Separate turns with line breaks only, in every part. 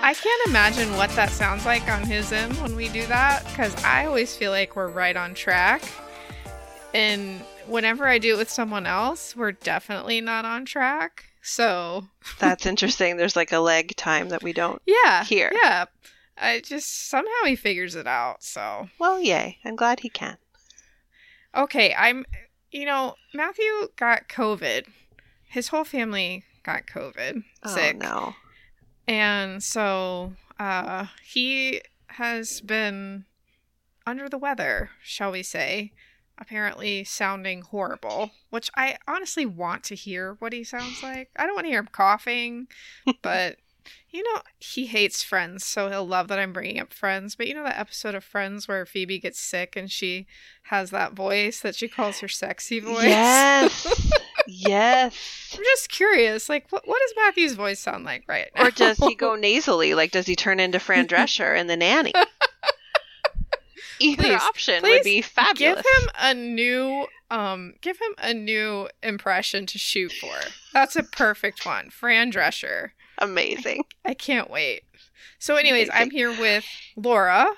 I can't imagine what that sounds like on his end when we do that because I always feel like we're right on track. And whenever I do it with someone else, we're definitely not on track. So,
That's interesting. There's like a lag time that we don't.
yeah.
Here.
Yeah. I just somehow he figures it out. So,
Well, yay. I'm glad he can.
okay. I'm, you know, Matthew got COVID. His whole family got COVID. sick.
Oh, no.
And so uh, he has been under the weather, shall we say, apparently sounding horrible, which I honestly want to hear what he sounds like. I don't want to hear him coughing, but you know, he hates friends, so he'll love that I'm bringing up friends. But you know that episode of Friends where Phoebe gets sick and she has that voice that she calls her sexy voice?
Yes. yes.
I'm just curious, like, what, what does Matthew's voice sound like right now?
Or does he go nasally? Like, does he turn into Fran Drescher in The Nanny? Either
Please,
option
please
would be
give
fabulous.
him a new um give him a new impression to shoot for that's a perfect one fran drescher
Amazing.
i can't wait so anyways i'm
Amazing.
here with laura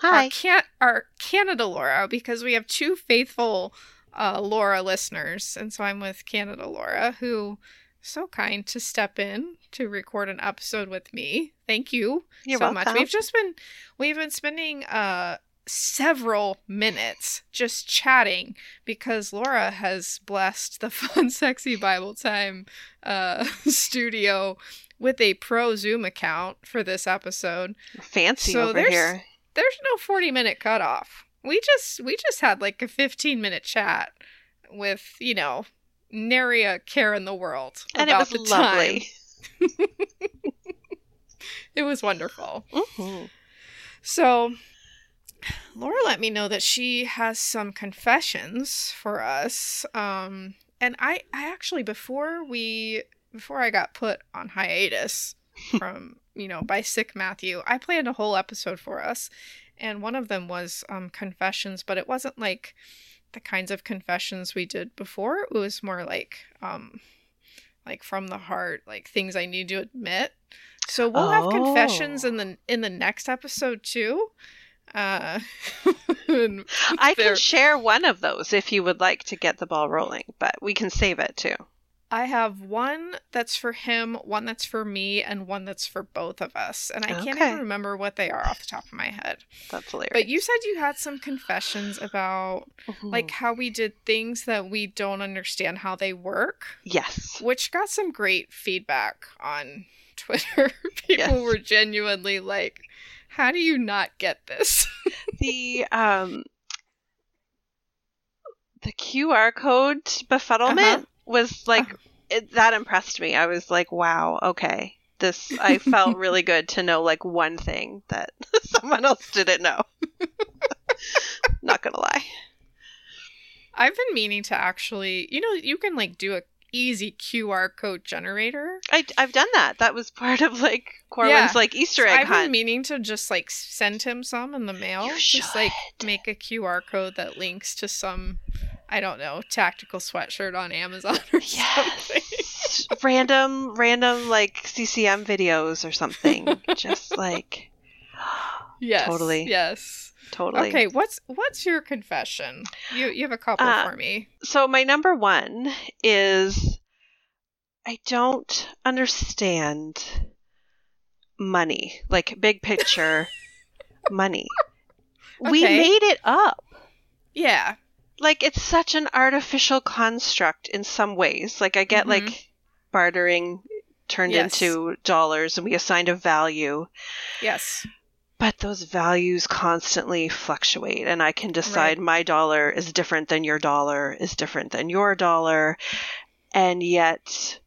Hi.
our can our canada laura because we have two faithful uh laura listeners and so i'm with canada laura who was so kind to step in to record an episode with me thank you
You're
so
welcome.
much. We've just been we've been spending uh several minutes just chatting because Laura has blessed the fun sexy Bible time uh studio with a pro Zoom account for this episode.
Fancy
So
over
there's-
here.
There's no 40 minute cutoff. We just we just had like a 15 minute chat with, you know, nary a care in the world.
And it
about
was
the Time.
lovely.
It was wonderful.
Mhm.
So, Laura let me know that she has some confessions for us. Um, and I, I actually before we before I got put on hiatus from you know by sick Matthew, I planned a whole episode for us, and one of them was um, confessions, but it wasn't like the kinds of confessions we did before. It was more like um, like from the heart, like things I need to admit. So we'll have confessions
Oh.
in the in the next episode too. Uh, and
I can
Fair.
share one of those if you would like to get the ball rolling, but we can save it too.
I have one that's for him, one that's for me, and one that's for both of us. And I can't
Okay.
even remember what they are off the top of my head.
That's hilarious.
But you said you had some confessions about
Mhm.
like how we did things that we don't understand how they work,
yes.
which got some great feedback on Twitter. People
Yes.
were genuinely like, "How do you not get this?"
the um the QR code befuddlement
Uh-huh.
was like it, that impressed me. I was like, wow, okay. This I felt really good to know like one thing that someone else didn't know. Not gonna lie.
I've been meaning to actually, you know, you can like do a easy QR code generator.
I I've done that. That was part of like Corwin's
Yeah.
like Easter
So
egg
I've
hunt.
been meaning to just like send him some in the mail.
You
just like make a QR code that links to some, I don't know, tactical sweatshirt on Amazon or something.
Yes. random, random like CCM videos or something. Just like
Yes,
Totally.
Yes.
totally.
Okay. What's what's your confession? You you have a couple
Uh,
for me.
So my number one is I don't understand money, like big picture money. We
Okay.
made it up.
Yeah.
Like it's such an artificial construct in some ways. Like I get
Mhm.
like bartering turned
Yes.
into dollars and we assigned a value.
Yes.
but those values constantly fluctuate and i can decide my dollar is different than your dollar is different than your dollar and yet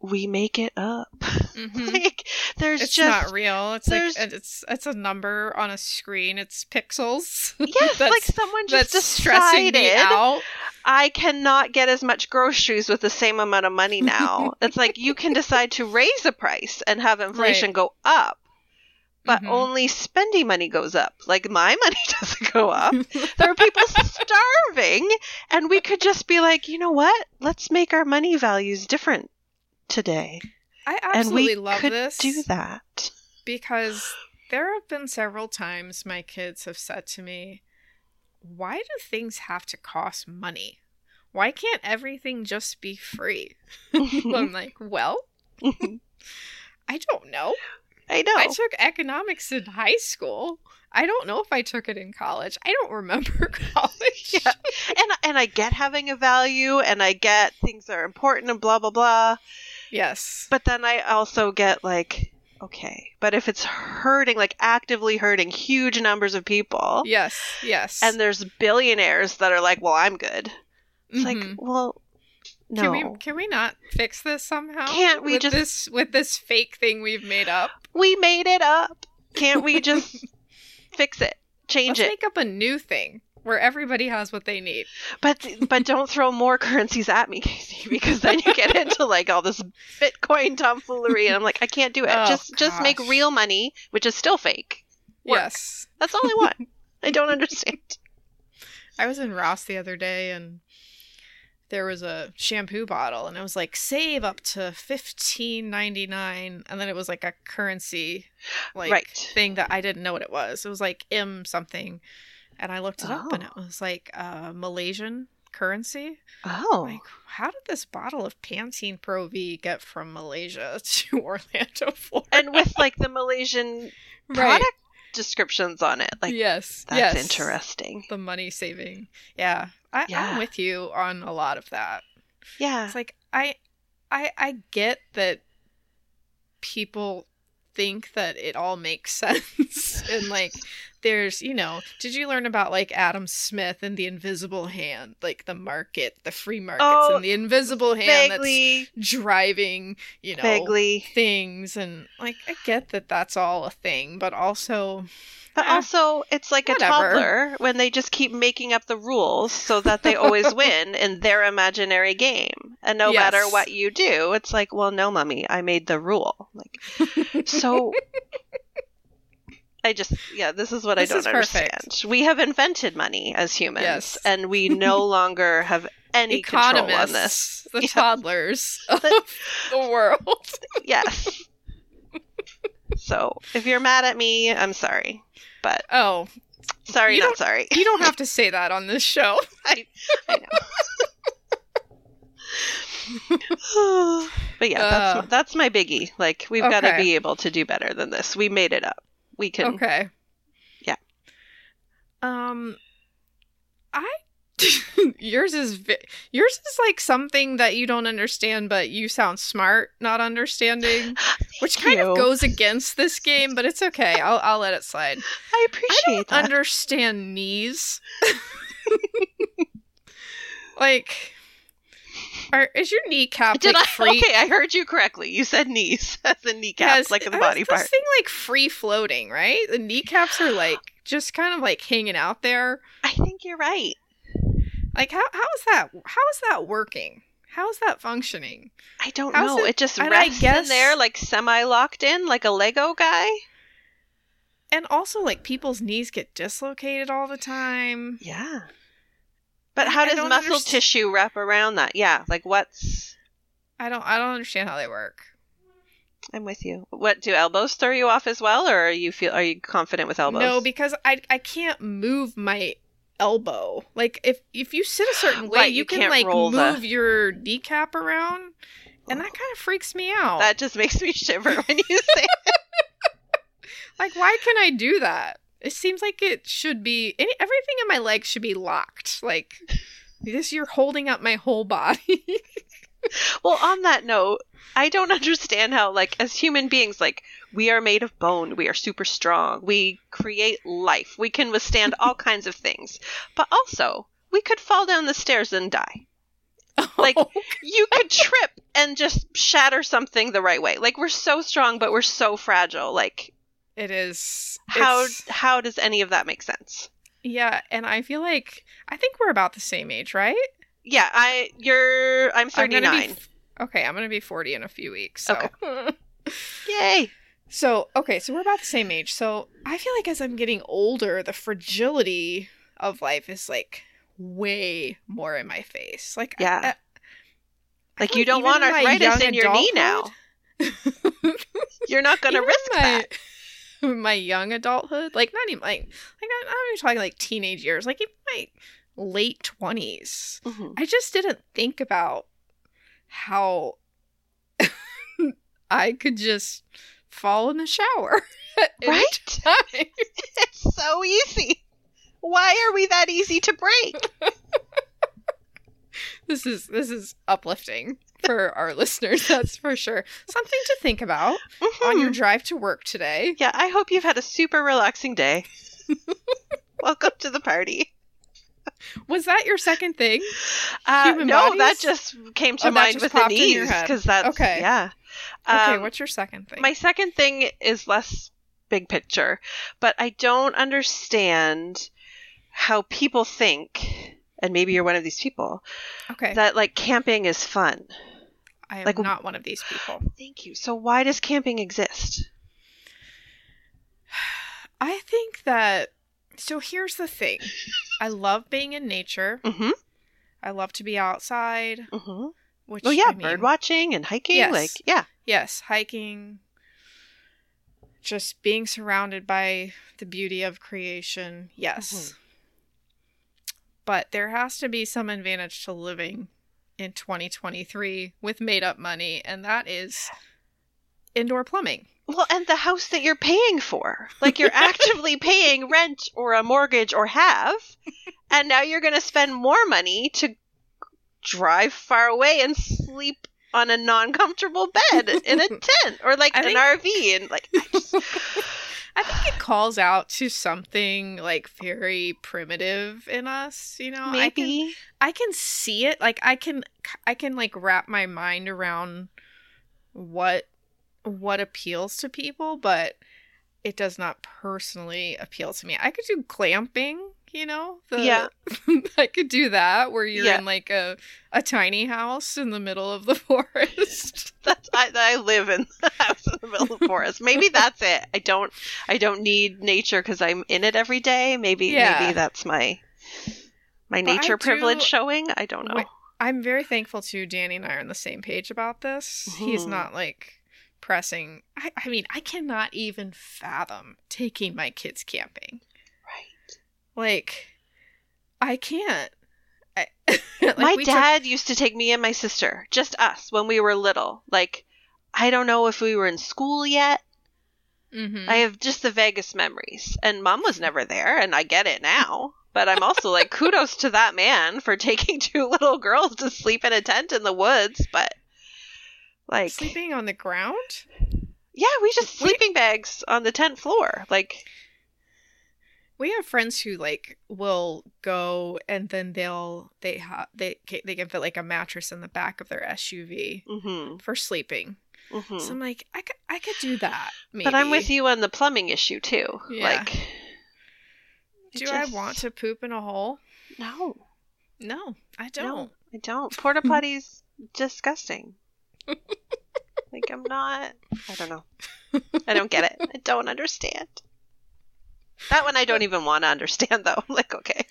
we make it up
hmm
like there's
It's
just
not real. It's
there's-
like it's it's a number on a screen. It's pixels.
yes
that's-
like someone just
That's stressing me
decided
out.
i cannot get as much groceries with the same amount of money now it's like you can decide to raise a price and have inflation go up but
Mhm.
only spending money goes up like my money doesn't go up there are people starving and we could just be like you know what let's make our money values different today
I
and we
absolutely love
could
this
do that.
because there have been several times my kids have said to me, "Why do things have to cost money? Why can't everything just be free?"
Mm-hmm.
I'm like, "Well, I don't know.
I know.
I took economics in high school. I don't know if I took it in college. I don't remember college."
Yeah. and and I get having a value, and I get things that are important, and blah blah blah.
Yes.
But then I also get like, okay, but if it's hurting, like actively hurting huge numbers of people,
Yes. Yes.
and there's billionaires that are like, well, I'm good. It's
Mhm.
like, well, no.
Can we can we not fix this somehow?
Can't we
with
just-
this with this fake thing we've made up?
we made it up. Can't we just fix it? Change
Let's
it.
make up a new thing where everybody has what they need.
But but don't throw more currencies at me, Casey, because then you get into like all this Bitcoin tomfoolery and I'm like, I can't do it.
Oh,
just just make
gosh.
real money, which is still fake. Work.
Yes.
That's all I want. I don't understand.
I was in Ross the other day and there was a shampoo bottle and I was like save up to 15.99 and then it was like a currency like
Right.
thing that I didn't know what it was. It was like M something and I looked it up and
Oh.
it was like uh, Malaysian currency.
Oh.
Like, how did this bottle of Pantene Pro V get from Malaysia to Orlando, Florida?
And with like the Malaysian product descriptions on it. Like
yes.
that's
yes.
interesting.
The money saving. Yeah. I, I'm
Yeah. Uh.
with you on a lot of that.
Yeah.
It's like I I I get that people think that it all makes sense and like there's you know did you learn about like adam smith and the invisible hand like the market the free markets
Oh,
and the invisible hand that's
Vaguely.
driving you know
Vaguely.
things and like I get that that's all a thing, but also
But
Eh,
also, it's like
whatever.
a toddler when they just keep making up the rules so that they always win in their imaginary game. And no
Yes.
matter what you do, it's like, well, no, mummy, I made the rule. Like, so. I just, yeah, this is what
This
I don't
is perfect.
understand. We have invented money as humans,
Yes.
and we no longer have any control on this.
economists, the
Yeah.
toddlers of
The-
the world.
Yes. so if you're mad at me, I'm sorry. But
Oh,
sorry,
You
not
don't-
sorry.
you don't have to say that on this show.
I, I know. but yeah, that's
Uh.
that's my biggie. Like we've got to
Okay.
be able to do better than this. We made it up. We can.
Okay.
Yeah.
Um, I yours is vi- yours is like something that you don't understand, but you sound smart not understanding, which kind
you.
of goes against this game. But it's okay. I'll I'll let it slide.
I appreciate that.
understand knees. like, are, is your kneecap
Did
like
I?
free?
Okay, I heard you correctly. You said knees as in kneecaps,
Yes,
like in the
was
body
this
part.
thing like free floating, right? The kneecaps are like just kind of like hanging out there.
I think you're right.
Like, how how is that? How is that working? How is that functioning?
I don't
How's
know.
it-
It, just
and I
rests
guess-
in there, like semi-locked in, like a Lego guy.
And also, like people's knees get dislocated all the time.
Yeah. But
I-
how
I
does
don't
muscle
underst-
tissue wrap around that? Yeah, like what's?
I don't I don't understand how they work.
I'm with you. What do elbows throw you off as well, or are you feel are you confident with elbows?
No, because I I can't move my elbow. Like if if you sit a certain way,
Right,
you,
you
can
can't
like
roll
move
the-
your kneecap around, and that kind of freaks me out.
that just makes me shiver when you say.
Like why can I do that? It seems like it should be any, everything in my leg should be locked. Like this, you're holding up my whole body.
well, on that note, I don't understand how like as human beings, like we are made of bone, we are super strong, we create life, we can withstand all kinds of things, but also we could fall down the stairs and die. Like- you could trip and just shatter something the right way. Like we're so strong, but we're so fragile. Like
it is
how
it's-
how does any of that make sense?
yeah, and I feel like I think we're about the same age, right?
Yeah, I you're I'm
I'm
thirty
gonna be-
nine.
okay, I'm gonna be forty in a few weeks. So.
Yay!
So, okay, so we're about the same age. So, I feel like as I'm getting older, the fragility of life is like way more in my face. Like, I-
Yeah.
I- I
Like
feel
you don't
Uh, even
want
in my
arthritis
young
in your knee now.
adulthood-
You're not going to
Even
risk
my,
that.
My young adulthood, like not even like, like I'm not even talking like teenage years, like even my late twenties.
Mhm.
I just didn't think about how I could just fall in the shower at any
Right?
time.
It's so easy. Why are we that easy to break?
This is this is uplifting for our listeners, that's for sure. Something to think about on your
Mhm.
drive to work today.
Yeah, I hope you've had a super relaxing day. Welcome to the party.
Was that your second thing?
Uh,
Human
no, that
bodies?
just came
Oh,
to
that
mind
just
with the
popped in your
knees
head.
because that's
Okay.
yeah.
Okay,
Um,
what's your second thing?
my second thing is less big picture, but I don't understand how people think, and maybe you're one of these people
okay,
that like camping is fun.
I am
like-
not one of these people.
Thank you. So why does camping exist?
I think that so here's the thing. I love being in nature.
Mm-hmm.
I love to be outside,
Mm-hmm.
which
Well, yeah,
I mean,
bird watching and hiking,
Yes.
like yeah,
Yes, hiking. Just being surrounded by the beauty of creation. Yes. But there has to be some advantage to living in 2023 with made up money, and that is indoor plumbing.
Well, and the house that you're paying for. Like you're actively paying rent or a mortgage or have, and now you're going to spend more money to drive far away and sleep on a non-comfortable bed in a tent or like
I
an
think-
RV and like I just-
I think it calls out to something like very primitive in us, you know. I can
maybe
I can see it. Like I can I can like wrap my mind around what what appeals to people, but it does not personally appeal to me. I could do clamping, you know? The,
Yeah.
I could do that where you're
Yeah.
in like a a tiny house in the middle of the forest.
that's I, I live in the house in the middle of the forest. Maybe that's it. I don't I don't need nature cuz I'm in it every day. Maybe
Yeah.
maybe that's my my
But I
nature
do-
privilege showing. I don't know.
Wait, I'm very thankful to Danny and I are on the same page about this. He's
Mhm.
not like pressing. I, I mean, I cannot even fathom taking my kids camping.
right.
Like, I can't. I,
my dad used to take me and my sister, just us, when we were little. Like, I don't know if we were in school yet.
hmm
I have just the vaguest memories. And mom was never there, and I get it now. But I'm also like, kudos to that man for taking two little girls to sleep in a tent in the woods. But, like,
Sleeping on the ground?
yeah, we just sleeping bags on the tent floor. Like,
We have friends who like will go and then they'll they have they ca- they can fit like a mattress in the back of their SUV
mm
for sleeping.
hmm. Mm hmm.
So I'm like, I could I could do that. Maybe.
But I'm with you on the plumbing issue, too.
Yeah.
Like, it
Do
just-
I want to poop in a hole?
No.
No, I don't.
No, I don't. Porta potties disgusting. like I'm not. I don't know. I don't get it. I don't understand. That one I don't even want to understand though. I'm like, okay,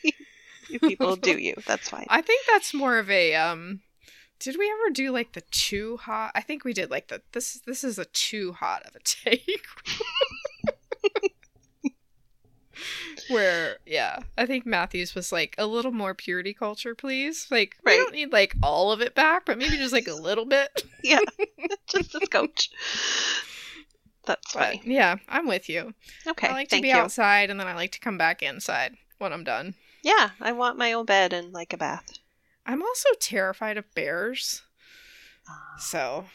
you people do you. That's fine.
I think that's more of a um did we ever do like the too hot? I think we did like the this this is a too hot of a take. Where yeah, I think Matthews was like a little more purity culture, please. Like we
Right.
don't need like all of it back, but maybe just like a little bit.
Yeah, just as coach. That's
But
fine.
yeah, I'm with you.
Okay,
I like to
thank
be
you.
outside and then I like to come back inside when I'm done.
Yeah, I want my own bed and like a bath.
I'm also terrified of bears.
Uh,
So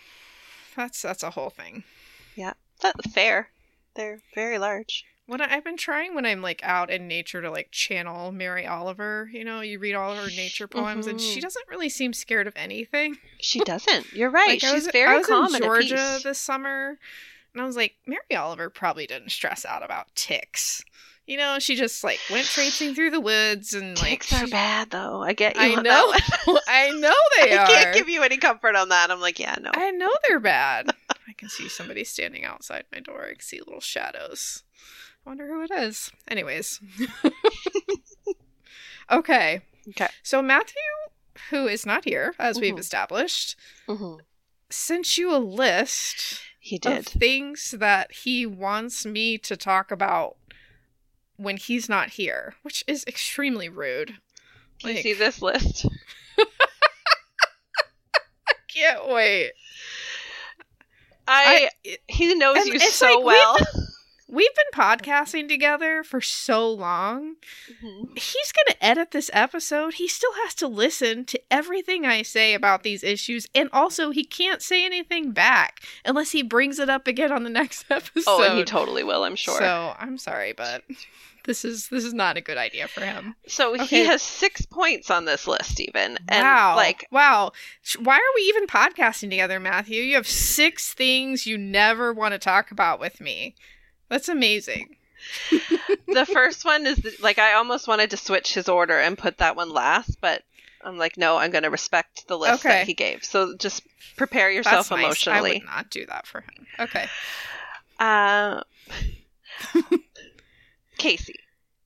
that's that's a whole thing.
That's fair. They're very large.
When I, I've been trying when I'm like out in nature to like channel Mary Oliver, you know, you read all her nature poems and she
Mhm.
doesn't really seem scared of anything.
She doesn't. You're right.
Like, I
She's
was,
very
I was
calm
in
and
Georgia
at peace.
this summer and I was like, Mary Oliver probably didn't stress out about ticks. You know, she just like went traipsing through the woods and like
Ticks are
she-
bad though. I get you.
I
on that
know.
one.
I know they
I
are.
can't give you any comfort on that. I'm like, yeah, no.
I know they're bad. I can see somebody standing outside my door. I can see little shadows. I wonder who it is. Anyways. okay.
Okay.
So Matthew, who is not here, as we've
Mhm.
established, sent you a list
He
of
did.
things that he wants me to talk about when he's not here, which is extremely rude.
Can you
like-
see this list?
Can't wait.
I,
I
he knows
And
you
it's
so
like, we've
well.
We've been podcasting together for so long.
Mhm.
He's going to edit this episode. He still has to listen to everything I say about these issues. And also, he can't say anything back unless he brings it up again on the next episode.
oh, and he totally will, I'm sure.
So I'm sorry, but this is this is not a good idea for him.
So
Okay.
he has six points on this list, even. And
wow.
like,
wow. Sh- Why are we even podcasting together, Matthew? You have six things you never want to talk about with me. That's amazing.
the first one is the, like, I almost wanted to switch his order and put that one last, but I'm like, no, I'm going to respect the list
Okay.
that he gave. So just prepare yourself
That's nice. I
emotionally.
would not do that for him. Okay.
Uh, Casey,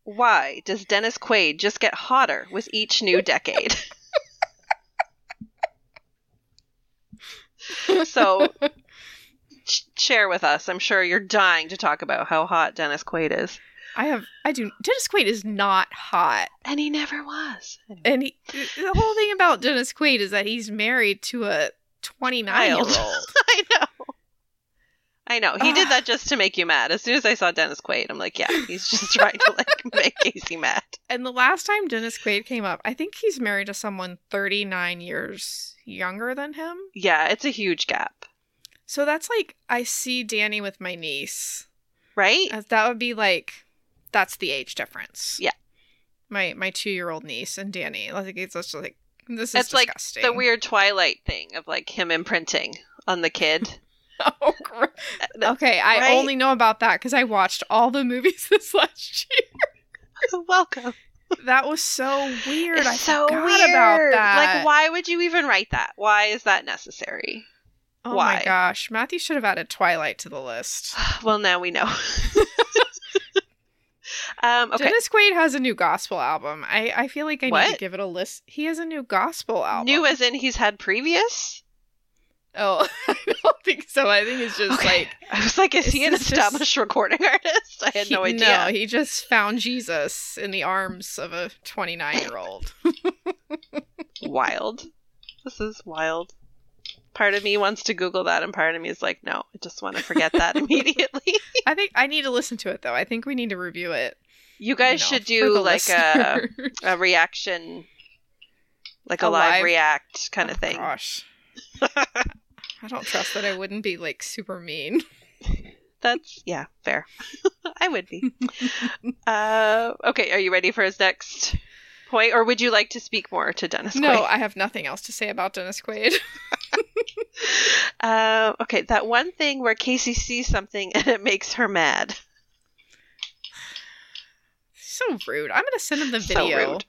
why does Dennis Quaid just get hotter with each new decade? so sh- share with us. I'm sure you're dying to talk about how hot Dennis Quaid is.
I have. I do. Dennis Quaid is not hot,
And he never was.
and he, the whole thing about Dennis Quaid is that he's married to a twenty-nine-year-old.
I know. I know. He
Ugh.
did that just to make you mad. As soon as I saw Dennis Quaid, I'm like, yeah, he's just trying to like make Casey mad.
and the last time Dennis Quaid came up, I think he's married to someone thirty-nine years younger than him.
Yeah, it's a huge gap,
So that's like I see Danny with my niece.
right?
As that would be like that's the age difference.
Yeah.
My my two year old niece and Danny. Like it's just like this is
It's like
disgusting.
the weird Twilight thing of like him imprinting on the kid.
Oh, gr- okay, I
Right?
only know about that because I watched all the movies this last year.
Oh, Welcome.
That was so weird.
It's
I
so
forgot
weird.
about that.
Like, why would you even write that? Why is that necessary?
Oh
why?
my gosh, Matthew should have added Twilight to the list.
Well, now we know. um, okay.
Dennis Quaid has a new gospel album. I, I feel like I need to
What?
give it a list. He has a new gospel album.
New as in he's had previous.
Oh, I don't think so. I think it's just
Okay.
like
I was like, is
This
he an
is just-
established recording artist? I had
he-
no idea.
No, he just found Jesus in the arms of a 29 year old.
wild. This is wild. Part of me wants to Google that, and part of me is like, no, I just want to forget that immediately.
I think I need to listen to it though. I think we need to review it.
You
you
guys
know,
should
for the
do like uh, a
listeners.
a reaction, like
A
a, live,
live-
react kind of
Oh,
thing.
Gosh. I don't trust that I wouldn't be like super mean.
That's yeah, fair. I would be. uh, okay, are you ready for his next point, or would you like to speak more to Dennis?
No,
Quaid?
I have nothing else to say about Dennis Quaid.
Uh, okay, that one thing where Casey sees something and it makes her mad.
so rude. I'm gonna send him the
So
video
rude.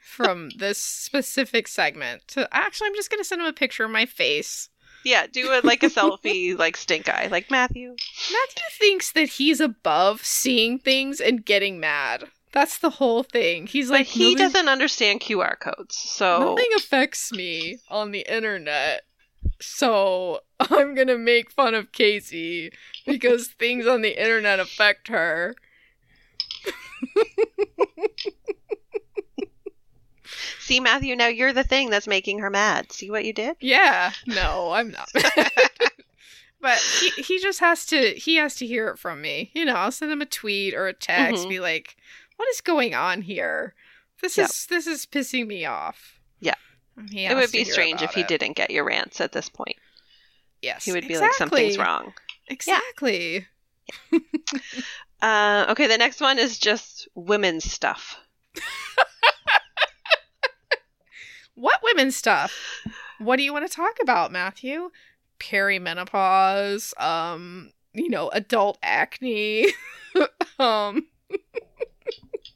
from this specific segment. To actually, I'm just gonna send him a picture of my face.
Yeah, do a, like a selfie, like stink eye, like Matthew.
Matthew thinks that he's above seeing things and getting mad. That's the whole thing. He's
But
like
he
nothing,
doesn't understand QR codes, so
nothing affects me on the internet. So I'm gonna make fun of Casey because things on the internet affect her.
see Matthew. Now you're the thing that's making her mad. See what you did?
Yeah, no, I'm not. but he, he just has to he has to hear it from me. You know, I'll send him a tweet or a text,
Mhm.
be like, "What is going on here? This
Yep.
is this is pissing me off."
Yeah.
And he
it
has
would
to
be
hear
strange if
about
he
it.
didn't get your rants at this point.
Yes,
He would be like, something's
exactly.
wrong.
Exactly.
Uh, okay, the next one is just women's stuff.
What women stuff? What do you want to talk about, Matthew? Perimenopause, um, you know, adult acne. um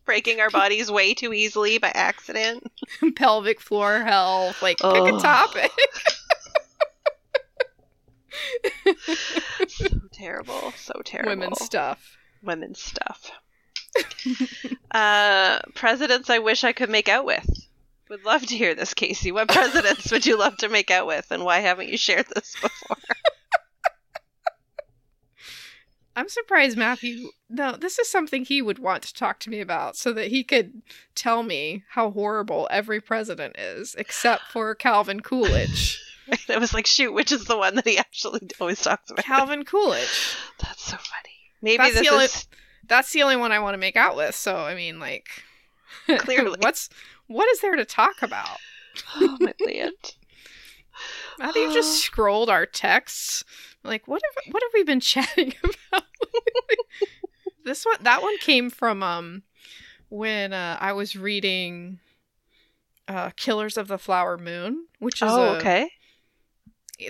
Breaking our bodies way too easily by accident.
pelvic floor health. Like, pick a
Ugh.
topic.
so terrible. So terrible.
Women stuff.
Women's stuff. uh, presidents I wish I could make out with. Would love to hear this, Casey. What presidents would you love to make out with, and why haven't you shared this before?
I'm surprised Matthew. No, this is something he would want to talk to me about so that he could tell me how horrible every president is, except for Calvin Coolidge.
I was like, shoot, which is the one that he actually always talks about?
Calvin Coolidge.
That's so funny. Maybe
That's
this
the only-
is
That's the only one I want to make out with. So I mean, like,
Clearly.
what's what is there to talk about?
oh, my land.
Matthew
Uh.
just scrolled our texts. Like, what have what have we been chatting about? this one, that one came from um when uh, I was reading uh, "Killers of the Flower Moon," which is
Oh,
a-
okay.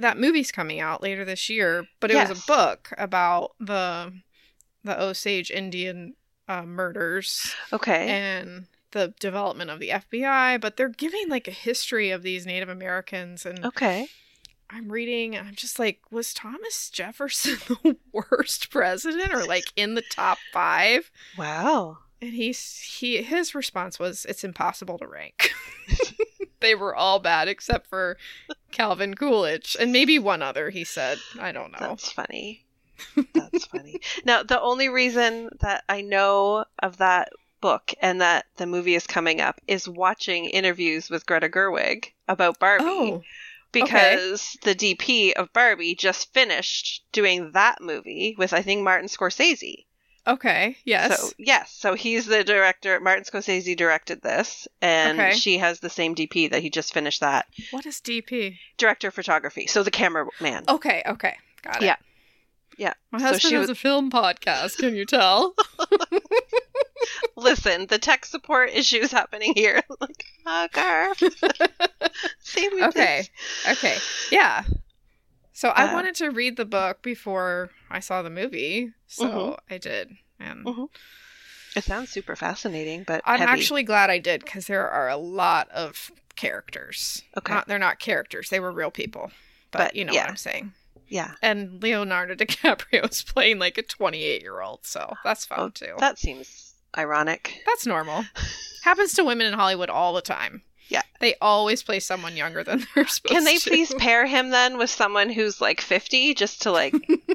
that movie's coming out later this year. But it was
Yes.
a book about the the Osage Indian uh, murders
Okay.
and the development of the FBI. But they're giving like a history of these Native Americans and
okay.
I'm reading and I'm just like, was Thomas Jefferson the worst president or like in the top five?
Wow.
And he's he his response was, It's impossible to rank. they were all bad except for Calvin Coolidge and maybe one other, he said. I don't know.
That's funny. That's funny. Now, the only reason that I know of that book and that the movie is coming up is watching interviews with Greta Gerwig about Barbie
Oh.
because the DP of Barbie just finished doing that movie with I think Martin Scorsese.
Okay. Yes.
So, yes, so he's the director. Martin Scorsese directed this and
Okay.
she has the same DP that he just finished that.
what is DP?
Director of photography. So the cameraman.
Okay, okay. Got it.
Yeah. Yeah.
My
So
husband
she
has a film podcast, can you tell?
listen, the tech support issues happening here. like, oh, Garf. Save me,
Okay.
please.
okay. Yeah. So I
Uh,
wanted to read the book before I saw the movie, so
Mhm.
I did, and
Mhm. It sounds super fascinating, but
I'm
heavy.
actually glad I did because there are a lot of characters.
Okay.
Not, they're not characters; they were real people, but,
But,
you know
yeah.
what I'm saying.
Yeah,
And Leonardo DiCaprio's playing like a 28 year old, so that's fun
Oh,
too.
that seems ironic.
that's normal. Happens to women in Hollywood all the time.
Yeah.
they always play someone younger than they're supposed.
Can they
to.
please pair him then with someone who's like 50 just to like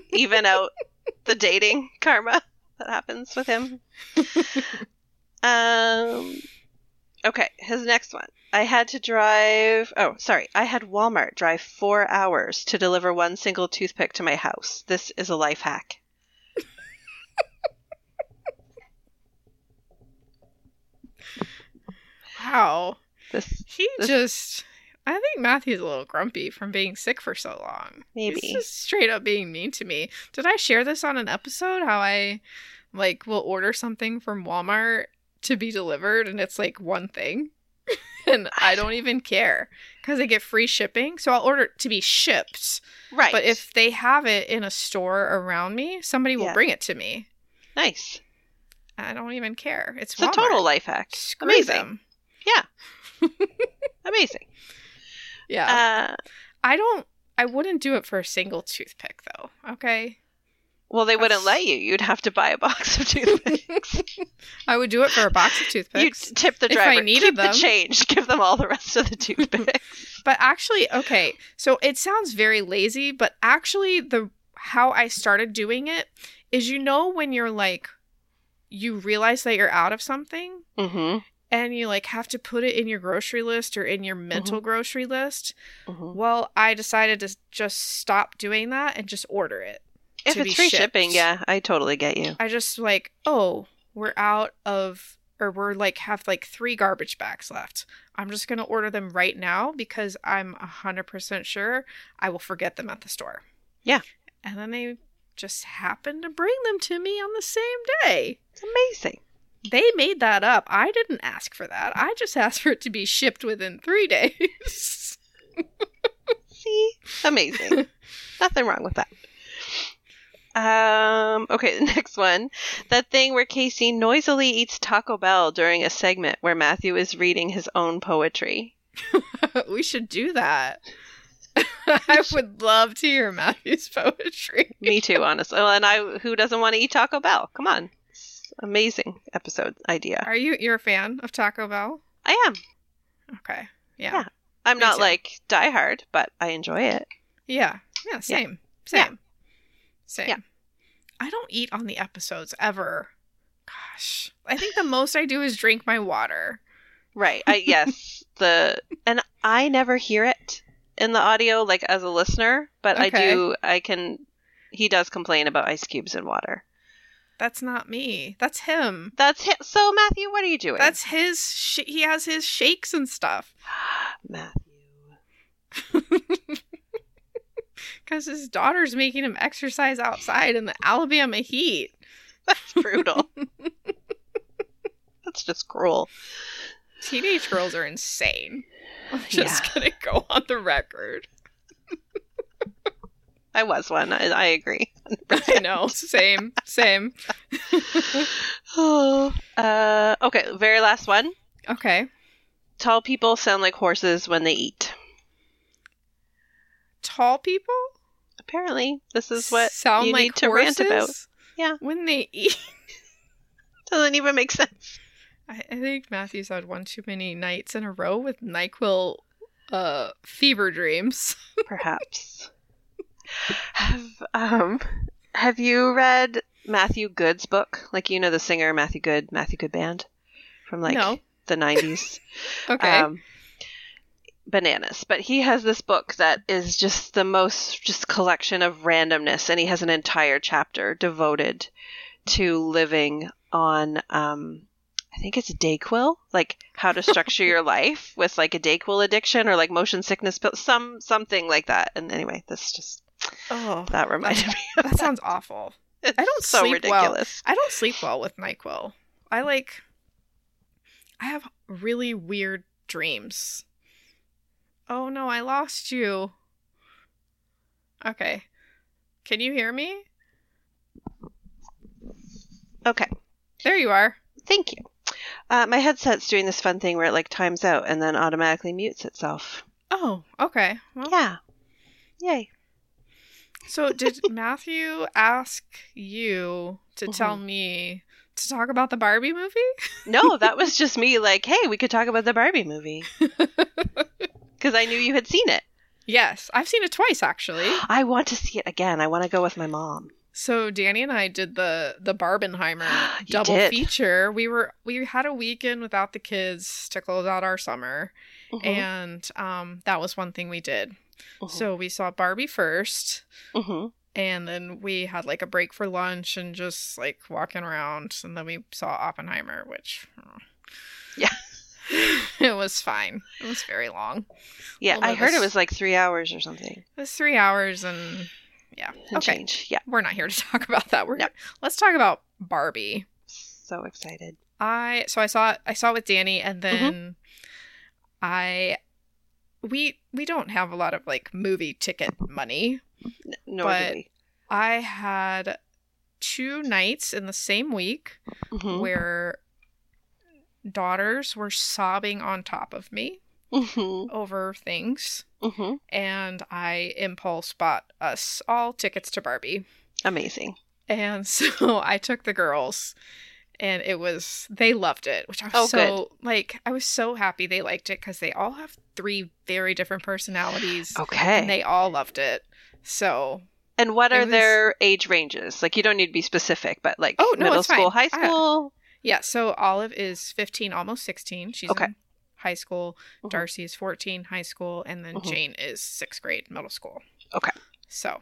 even out the dating karma that happens with him? um Okay, his next one. I had to drive. Oh, sorry. I had Walmart drive four hours to deliver one single toothpick to my house. This is a life hack.
Wow.
This
He
This-
just. I think Matthew's a little grumpy from being sick for so long. He's
maybe.
just straight up being mean to me. Did I share this on an episode? How I, like, will order something from Walmart to be delivered, and it's like one thing, and I don't even care because I get free shipping. So I'll order it to be shipped.
Right.
But if they have it in a store around me, somebody will
Yeah.
bring it to me.
nice.
I don't even care. It's,
It's a total
Walmart.
life hack.
Screw
Amazing.
them.
Amazing.
Yeah.
Uh
I don't. I wouldn't do it for a single toothpick, though. Okay.
Well, they wouldn't
That's-
let you. You'd have to buy a box of toothpicks.
I would do it for a box of
you
toothpicks.
tip the
If I
driver.
needed
Keep
them.
the change. Give them all the rest of the toothpicks.
but actually, okay. So it sounds very lazy, but actually, the how I started doing it is, you know, when you're like, you realize that you're out of something,
mm-hmm.
and you like have to put it in your grocery list or in your mental grocery list.
mm-hmm.
Well, I decided to just stop doing that and just order it.
If
To be
it's free
shipped.
shipping, yeah, I totally get you.
I just like, oh, we're out of or we're like have like three garbage bags left. I'm just gonna order them right now because I'm hundred percent sure I will forget them at the store.
Yeah.
And then they just happened to bring them to me on the same day.
It's amazing.
They made that up. I didn't ask for that. I just asked for it to be shipped within three days.
See, amazing. Nothing wrong with that. Um. Okay, the next one. That thing where Casey noisily eats Taco Bell during a segment where Matthew is reading his own poetry.
we should do that. I would love to hear Matthew's poetry.
Me too, honestly. Well, and I, who doesn't want to eat Taco Bell? Come on, It's amazing episode idea.
Are you you're a fan of Taco Bell?
I am.
Okay. Yeah.
Yeah. I'm
Me
not
too.
like Die Hard, but I enjoy it.
Yeah. Yeah. Same.
Yeah.
Same. Same.
Yeah.
I don't eat on the episodes ever. Gosh. I think the most I do is drink my water.
Right. I yes, the and I never hear it in the audio like as a listener, but I
Okay.
do I can he does complain about ice cubes and water.
That's not me. That's him.
That's hit. So Matthew, what are you doing?
That's his. Sh- he has his shakes and stuff
Matthew.
because his daughter's making him exercise outside in the Alabama heat.
That's brutal. That's just cruel.
Teenage girls are insane. I'm just gonna go on the record.
I was one. I, I agree.
I know. Same. Same.
Oh. Uh, okay. Very last one.
Okay.
Tall people sound like horses when they eat.
Tall people
Apparently, this is what
sound
you
like
need to rant about.
horses
Yeah.
When they eat,
doesn't even make sense.
I, I think Matthew's had one too many nights in a row with Nyquil uh, fever dreams.
Perhaps. have um, have you read Matthew Good's book? Like you know the singer Matthew Good, Matthew Good band from like
no.
the nineties.
Okay.
um, bananas. But he has this book that is just the most just collection of randomness, and he has an entire chapter devoted to living on. Um, I think it's Dayquil, like how to structure your life with like a Dayquil addiction or like motion sickness, pill- some something like that. And anyway, this just
oh,
that reminded me. Of
that sounds awful.
It's
I don't
so
sleep well.
ridiculous.
I don't sleep well with NyQuil. I like I have really weird dreams. Oh no, I lost you. Okay. Can you hear me?
Okay,
There you are.
thank you. Uh, my headset's doing this fun thing where it like times out and then automatically mutes itself.
Oh, okay. Well,
Yeah. Yay.
so did Matthew ask you to tell
Mm-hmm.
me to talk about the Barbie movie?
No, that was just me like, hey, we could talk about the Barbie movie. Because I knew you had seen it.
Yes, I've seen it twice actually.
I want to see it again. I want to go with my mom.
So Danny and I did the the Barbenheimer
You
double
did.
feature. We were we had a weekend without the kids to close out our summer,
Mhm,
and um, that was one thing we did.
mhm,
So we saw Barbie first,
mhm.
and then we had like a break for lunch and just like walking around, and then we saw Oppenheimer, which uh,
Yeah.
it was fine. It was very long.
Yeah,
Well,
I
no,
heard
this-
it was like three hours or something.
It was three hours and yeah,
And
okay.
change. Yeah.
We're not here to talk about that. We're
Nope.
let's talk about Barbie.
So excited.
I so I saw I saw it with Danny and then I we we don't have a lot of like movie ticket money.
N- Nor
But-
do we.
I had two nights in the same week
Mhm,
where daughters were sobbing on top of me
mhm,
over things
mhm.
and I impulse bought us all tickets to Barbie.
Amazing.
And so I took the girls and it was they loved it, which I was
Oh,
so like I was so happy they liked it cuz they all have three very different personalities
Oh, Okay.
and they all loved it. So,
and what
it
are
was-
their age ranges? Like, you don't need to be specific, but like
Oh, no,
middle
it's fine.
school, high
I-
school.
yeah, so Olive is 15, almost 16. She's
Okay.
in high school.
Mhm.
Darcy is 14, high school, and then
Mhm.
Jane is 6th grade middle school.
Okay.
So,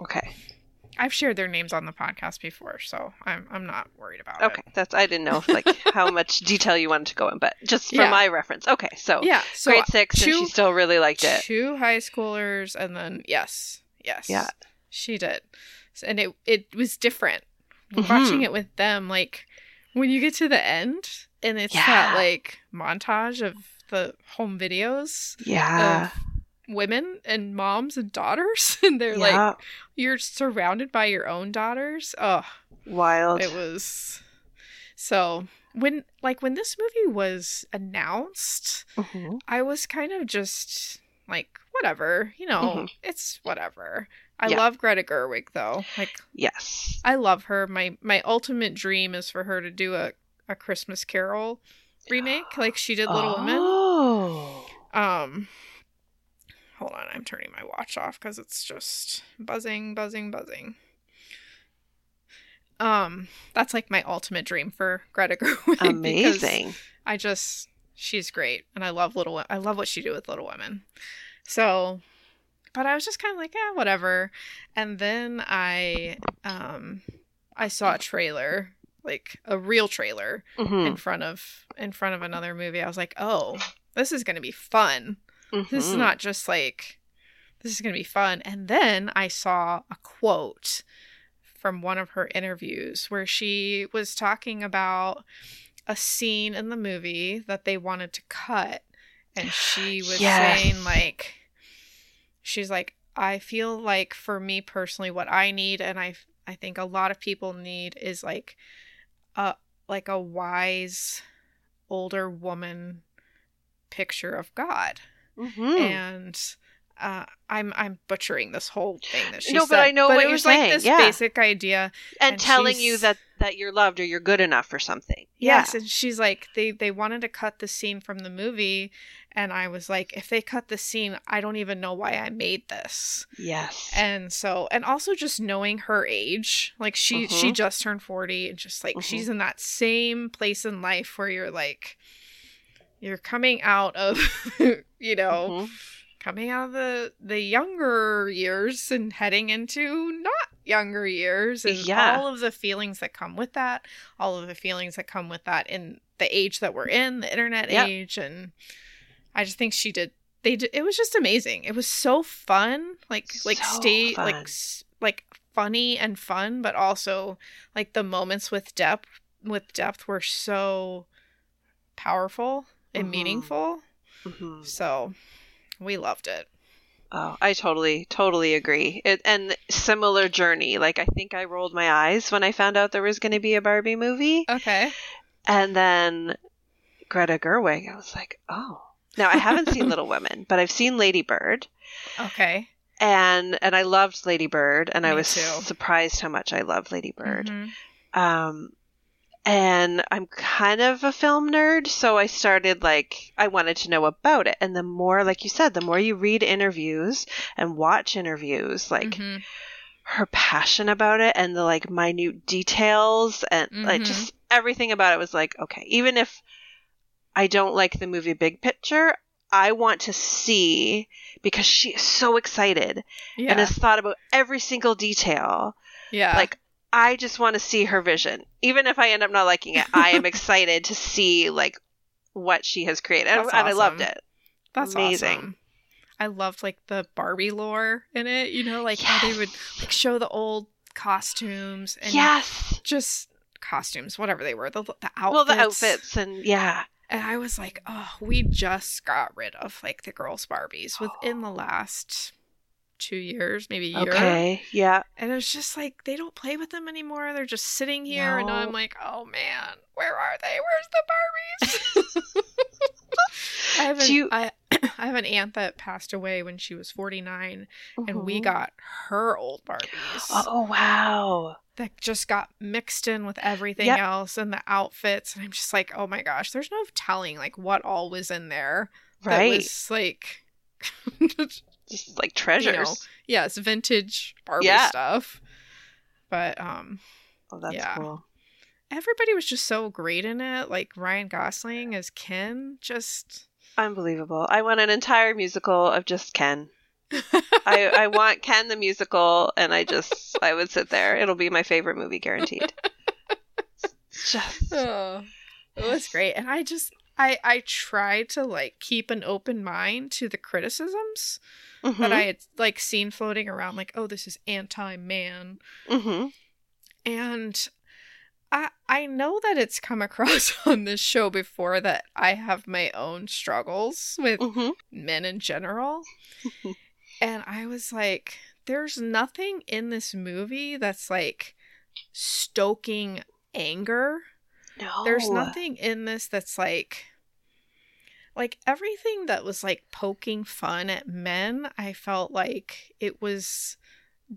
Okay.
I've shared their names on the podcast before, so I'm I'm not worried about
Okay. That's, I didn't know like how much detail you wanted to go in, but just for
Yeah.
my reference. Okay. So,
it. Yeah, so
grade six, and
two-
she still really Oh, liked it.
two high schoolers and then yes yes
Yeah.
she did S- and it it was different
Mhm.
watching it with them like when you get to the end and it's that
Yeah.
like montage of the home videos
Yeah.
of women and moms and daughters and Uh, they're like
yeah.
you're surrounded by your own daughters oh
wild.
it was so when like when this movie was announced
Mhm.
I was kind of just like, whatever, you know,
Mhm.
it's whatever. I
Yeah.
love Greta Gerwig though. Like
Yes.
I love her. My my ultimate dream is for her to do a, a Christmas Carol remake, like she did Little Women.
Oh.
Um, hold on, I'm turning my watch off because it's just buzzing, buzzing, buzzing. Um, that's like my ultimate dream for Greta Gerwig. because
Amazing.
I just she's great, and I love Little. Wo- I love what she did with Little Women. So, but I was just kind of like, yeah, whatever. And then I, um, I saw a trailer, like a real trailer,
Mhm,
in front of in front of another movie. I was like, oh, this is gonna be fun. This is
mhm.
not just like this is going to be fun. And then I saw a quote from one of her interviews where she was talking about a scene in the movie that they wanted to cut and she was
Yes.
saying like she's like I feel like for me personally what I need and I I think a lot of people need is like a like a wise older woman picture of God
Mhm.
and uh, I'm I'm butchering this whole thing that she
No, but
said,
I know what
it
you're
was like
saying,
this
yeah.
basic idea.
and,
and
telling
she's-
you that that you're loved or you're good enough or something.
Yes, and she's like they they wanted to cut the scene from the movie, and I was like, if they cut the scene, I don't even know why I made this.
Yes.
And so, and also just knowing her age, like she
Mm-hmm.
she just turned forty, and just like
Mhm.
she's in that same place in life where you're like, you're coming out of, you know.
Mhm.
coming out of the the younger years and heading into not younger years and
Yeah.
all of the feelings that come with that all of the feelings that come with that in the age that we're in the internet
Yep.
age and i just think she did they did, it was just amazing it was so fun like like
So
stay
fun.
like s- like funny and fun but also like the moments with depth with depth were so powerful and
Mhm.
meaningful
Mhm.
so we loved it
Oh, I totally, totally agree. It, and similar journey. Like, I think I rolled my eyes when I found out there was going to be a Barbie movie.
Okay.
And then Greta Gerwig, I was like, oh. Now, I haven't seen Little Women, but I've seen Lady Bird.
Okay.
And, and I loved Lady Bird, and I
Me
was
too.
surprised how much I loved Lady Bird.
Mhm.
Um, and I'm kind of a film nerd, so I started like I wanted to know about it. And the more, like you said, the more you read interviews and watch interviews, like
Mhm.
her passion about it and the like minute details and like
Mhm.
just everything about it was like okay, even if I don't like the movie big picture, I want to see because she is so excited
Yeah.
and has thought about every single detail.
yeah.
like I just want to see her vision. Even if I end up not liking it, I am excited to see like what she has created. And,
That's
and I loved
awesome.
it.
that's
amazing.
awesome. I loved like the Barbie lore in it. You know, like how they would like show the old costumes and
yes.
just costumes, whatever they were, the the outfits.
Well, the outfits and yeah.
And I was like, oh, we just got rid of like the girls' Barbies within the last two years, maybe a year.
Okay. Yeah.
And it's just like they don't play with them anymore. They're just sitting here, and now
No.
I'm like, oh man, where are they? Where's the Barbies? I have an
Do you-
I, I have an aunt that passed away when she was 49, and we
Mhm.
got her old Barbies
Oh, oh, wow.
that just got mixed in with everything
Yep.
else and the outfits. And I'm just like, oh my gosh, there's no telling like what all was in there. That
Right.
was like,
Just like treasures.
you know, yes, vintage Barbie
Yeah.
stuff. But um,
Oh, that's
Yeah.
cool.
everybody was just so great in it. Like Ryan Gosling as Ken, just
Unbelievable. I want an entire musical of just Ken. I, I want Ken the musical, and I just, I would sit there. It'll be my favorite movie, guaranteed. just,
oh, it was great. And I just I I tried to like keep an open mind to the criticisms
mm-hmm, Hmm?
that I had like seen floating around, like oh this is anti man,
hmm
and. I, I know that it's come across on this show before that I have my own struggles with
Mm-hmm.
men in general. and I was like, there's nothing in this movie that's like stoking anger.
No.
There's nothing in this that's like like everything that was like poking fun at men, I felt like it was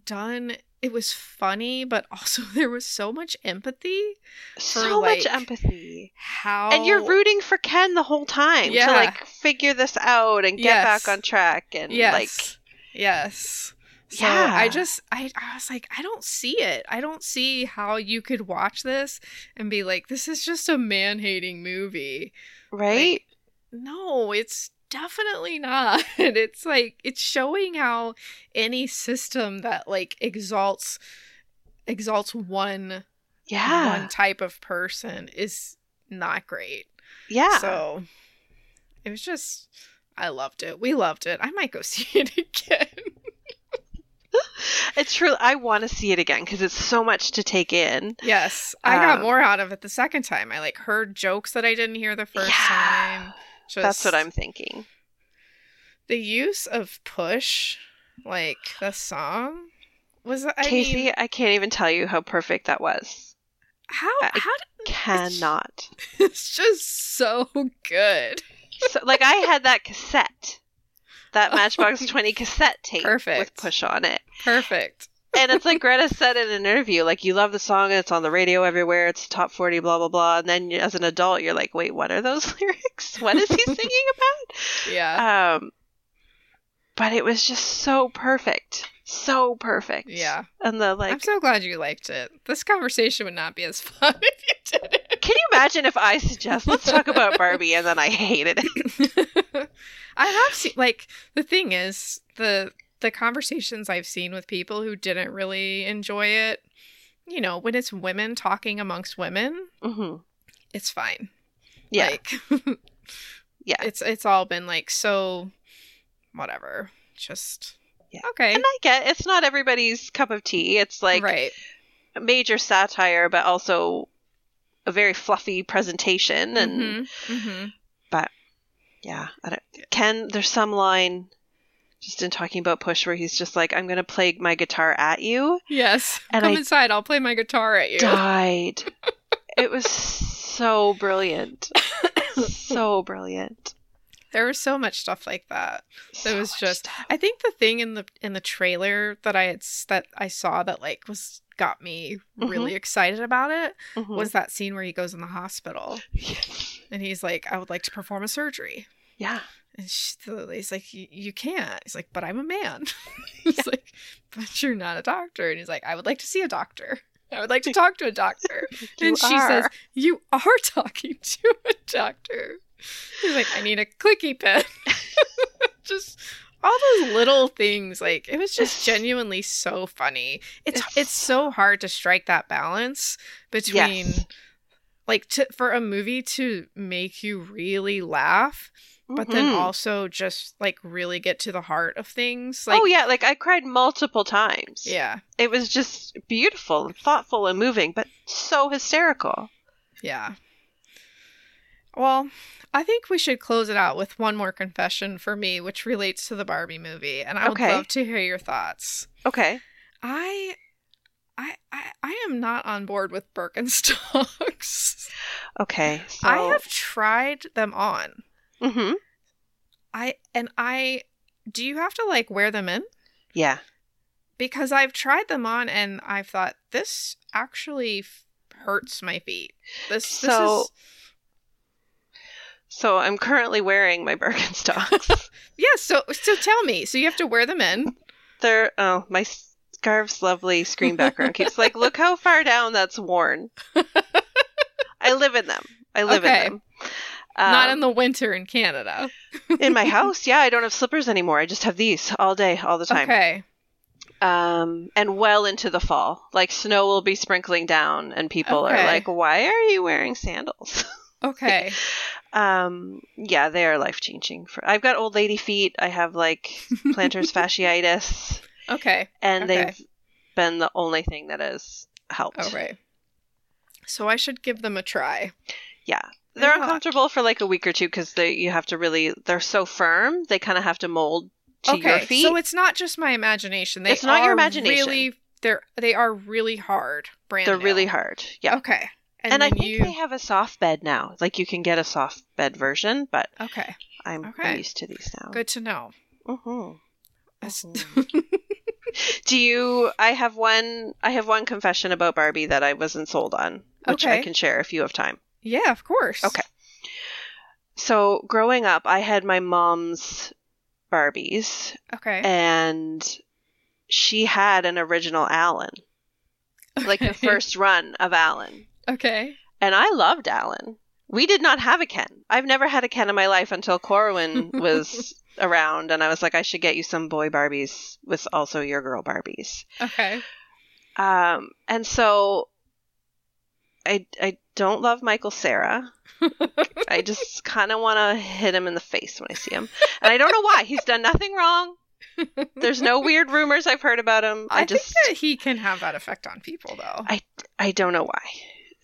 done it was funny, but also there was so much empathy. for,
so
like,
much empathy.
How
And you're rooting for Ken the whole time
Yeah.
to like figure this out and get
Yes.
back on track and like
Yes. yes. So
Yeah.
I just I, I was like, I don't see it. I don't see how you could watch this and be like, this is just a man hating movie.
right?
No, it's definitely not. It's like it's showing how any system that like exalts exalts one
yeah.
one type of person is not great.
yeah.
So it was just I loved it. We loved it. I might go see it again.
It's true. I want to see it again because it's so much to take in.
Yes, I got
Um,
more out of it the second time. I like heard jokes that I didn't hear the first
Yeah.
time. Just
That's what I'm thinking.
The use of "Push," like the song, was I
Casey,
mean,
I can't even tell you how perfect that was.
how
I-
how
Cannot.
did, it's just so good.
so, like I had that cassette, that Matchbox 20 cassette tape with
Perfect.
push on it.
Perfect.
and it's like Greta said in an interview, like you love the song and it's on the radio everywhere, it's top forty, blah blah blah. And then as an adult, you're like, wait, what are those lyrics? What is he singing
Yeah.
about? Um, but it was just so perfect, so perfect.
Yeah.
And the
I'm
like,
so glad you liked it. This conversation would not be as fun if you did it.
can you imagine if I suggest let's talk about Barbie and then I hated it?
I have seen like the thing is the the conversations I've seen with people who didn't really enjoy it. You know, when it's women talking amongst women,
hmm
it's fine.
Yeah,
Like
Yeah.
It's it's all been like so whatever. Just
Yeah.
Okay.
and I get it's not everybody's cup of tea. It's like
right.
major satire, but also a very fluffy presentation and.
hmm hmm
Yeah, I don't, Ken. There's some line just in talking about push where he's just like, "I'm gonna play my guitar at you."
Yes.
And
Come
I-
inside, I'll play my guitar at you.
Died. it was so brilliant, so brilliant.
There was so much stuff like that.
So
was
much
just-
stuff.
I think the thing in the in the trailer that I had s- that I saw that like was got me really excited about it
Mhm.
was that scene where he goes in the hospital
Yes.
and he's like, "I would like to perform a surgery,"
Mm-hmm. yeah,
and she, the lady's like, "You you can't." He's like, "But I'm a man." he's like, "But you're not a doctor," and he's like, "I would like to see a doctor." I would like to talk to a doctor.
You
and she says,
are.
You are talking to a doctor. He's like, I need a clicky pen. just all those little things. Like it was just
It's-
genuinely so funny. It's
It's-
it's, so hard to strike that balance between
Yes.
like to, for a movie to make you really laugh, but then
Mhm.
also just like really get to the heart of things. Like
oh yeah, like I cried multiple times.
yeah,
it was just beautiful and thoughtful and moving, but so hysterical.
yeah. Well, I think we should close it out with one more confession for me, which relates to the Barbie movie, and I would
Okay.
love to hear your thoughts.
Okay,
I, I, I, I am not on board with Birkenstocks.
okay. So,
I have tried them on.
hmm
I and I. Do you have to like wear them in?
Yeah,
Because I've tried them on and I've thought this actually f- hurts my feet. This
So-
this is
So I'm currently wearing my Birkenstocks.
yeah. So so tell me. So you have to wear them in.
They're oh my scarf's lovely screen background keeps like look how far down that's worn. I live in them. I live
Okay.
in them.
Not in the winter in Canada.
the- Um, in my house. Yeah, I don't have slippers anymore. I just have these all day, all the time.
Okay.
Um, and well into the fall, like snow will be sprinkling down, and people
Okay.
are like, "Why are you wearing sandals?"
Okay.
um, yeah, they are life changing. For I've got old lady feet. I have like plantar's fasciitis.
Okay.
and
Okay.
they've been the only thing that has helped.
All right. So I should give them a try.
Yeah. They're
Yeah.
uncomfortable for like a week or two because they you have to really they're so firm they kind of have to mold to
okay.
your feet.
So it's not just my imagination. They
It's not your
are
imagination.
Really, they're they are really hard. Brand.
they're
new.
really hard. Yeah.
Okay. And,
And, I
then
think
you.
they have a soft bed now. Like you can get a soft bed version, but
Okay.
I'm
Okay.
Oh. used to these now.
Good to know.
Mhm.
That's-
Mhm. Do you I have one I have one confession about Barbie that I wasn't sold on, which I
Okay.
can share if you have time.
Yeah, of course.
Okay. So, growing up, I had my mom's Barbies
Okay.
and she had an original Alan, like the
Okay.
first run of Alan.
Okay.
And I loved Alan. We did not have a Ken. I've never had a Ken in my life until Corwin was around and I was like I should get you some boy Barbies with also your girl Barbies.
Okay.
Um, and so I I don't love Michael Sarah. I just kind of want to hit him in the face when I see him, and I don't know why. He's done nothing wrong. There's no weird rumors I've heard about him. I,
I,
just
think that he can have that effect on people, though.
I don't know why.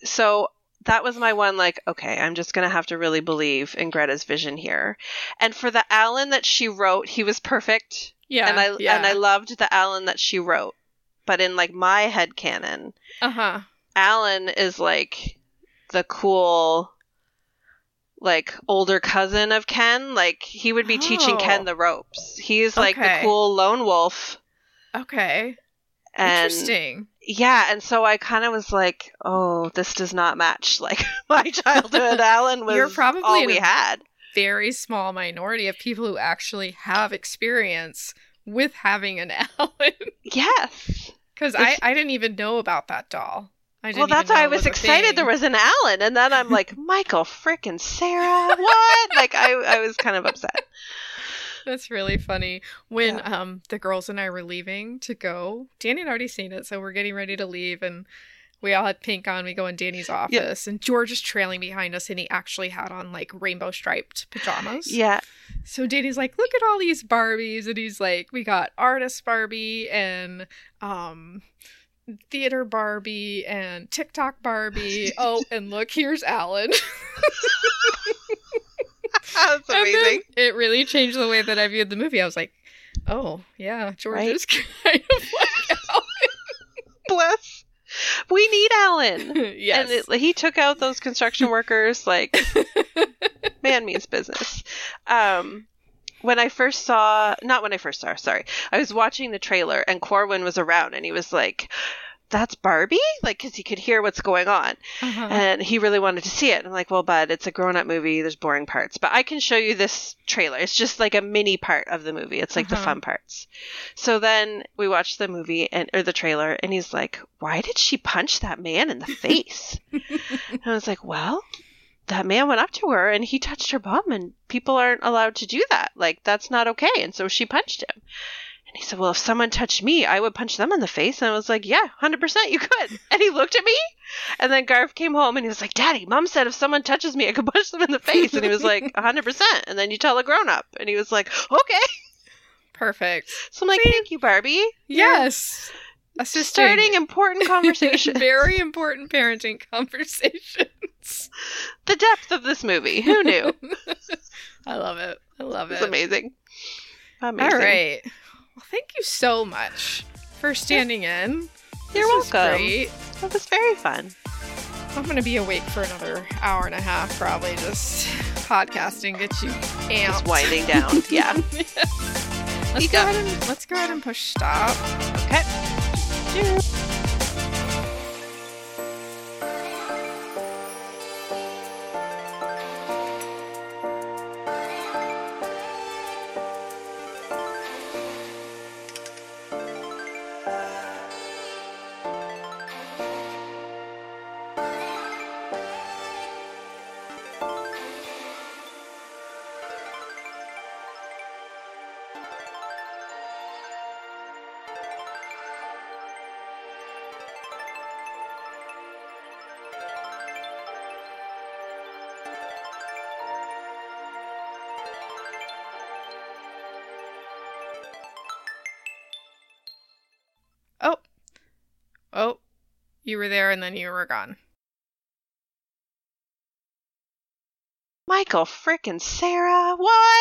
So that was my one like okay i'm just gonna have to really believe in greta's vision here and for the alan that she wrote he was perfect
yeah.
and i
yeah.
and i loved the alan that she wrote but in like my head canon
Uh huh.
Alan is like the cool like older cousin of Ken. Like he would be teaching
Oh.
Ken the ropes. He's like
Okay.
the cool lone wolf.
Okay.
And
Interesting.
yeah, and so I kind of was like, "Oh, this does not match." Like my childhood, Alan was
You're probably
all
in
we
a-
had.
Very small minority of people who actually have experience with having an Alan.
Yes.
Because I,
It's-
I didn't even know about that doll. I didn't
Well, that's
even
why I
know it
was
a
excited. There
thing.
was an Alan, and then I'm like, Michael, frickin' Sarah, what? like I, I was kind of upset.
That's really funny. When um the girls and I were leaving to go, Danny had already seen it, so we're getting ready to leave and we all had pink on. We go in Danny's office, and George is trailing behind us, and he actually had on like rainbow striped pajamas.
Yeah.
So Danny's like, "Look at all these Barbies," and he's like, "We got artist Barbie and um, theater Barbie and TikTok Barbie. oh, and look, here's Alan."
That's
And
amazing.
then it really changed the way that I viewed the movie. I was like, "Oh yeah, George
Right?
is kind of
bless. We need Alan.
like yes."
And it, he took out those construction workers. Like, man means business. Um, when I first saw, not when I first saw, sorry, I was watching the trailer and Corwin was around and he was like, that's Barbie? Like, because he could hear what's going on.
Uh-huh.
And he really wanted to see it. I'm like, well, bud, it's a grown up movie. There's boring parts. But I can show you this trailer. It's just like a mini part of the movie. It's like the
Uh-huh.
fun parts. So then we watched the movie and or the trailer and he's like, Why did she punch that man in the face? and I was like, Well, that man went up to her and he touched her bum and people aren't allowed to do that. Like that's not okay. And so she punched him. And he said, Well, if someone touched me, I would punch them in the face. And I was like, Yeah, 100% you could. And he looked at me. And then Garf came home and he was like, Daddy, mom said if someone touches me, I could punch them in the face. And he was like, 100%. And then you tell a grown up. And he was like, Okay.
Perfect.
So I'm like, Thank you, Barbie.
Yes. Assisting.
Starting important conversation.
Very important parenting conversations.
the depth of this movie. Who knew?
I love it. I love
It's
it.
amazing. Amazing.
All right. Well, thank you so much for standing in.
You're
This was
welcome.
great.
That was very fun.
I'm going to be awake for another hour and a half, probably just podcasting, get you amped.
Just winding down. Yeah.
Let's
Speak
go,
up.
ahead and, let's go ahead and push stop.
Okay.
Oh, you were there and then you were gone.
Michael, frickin' Sarah. What?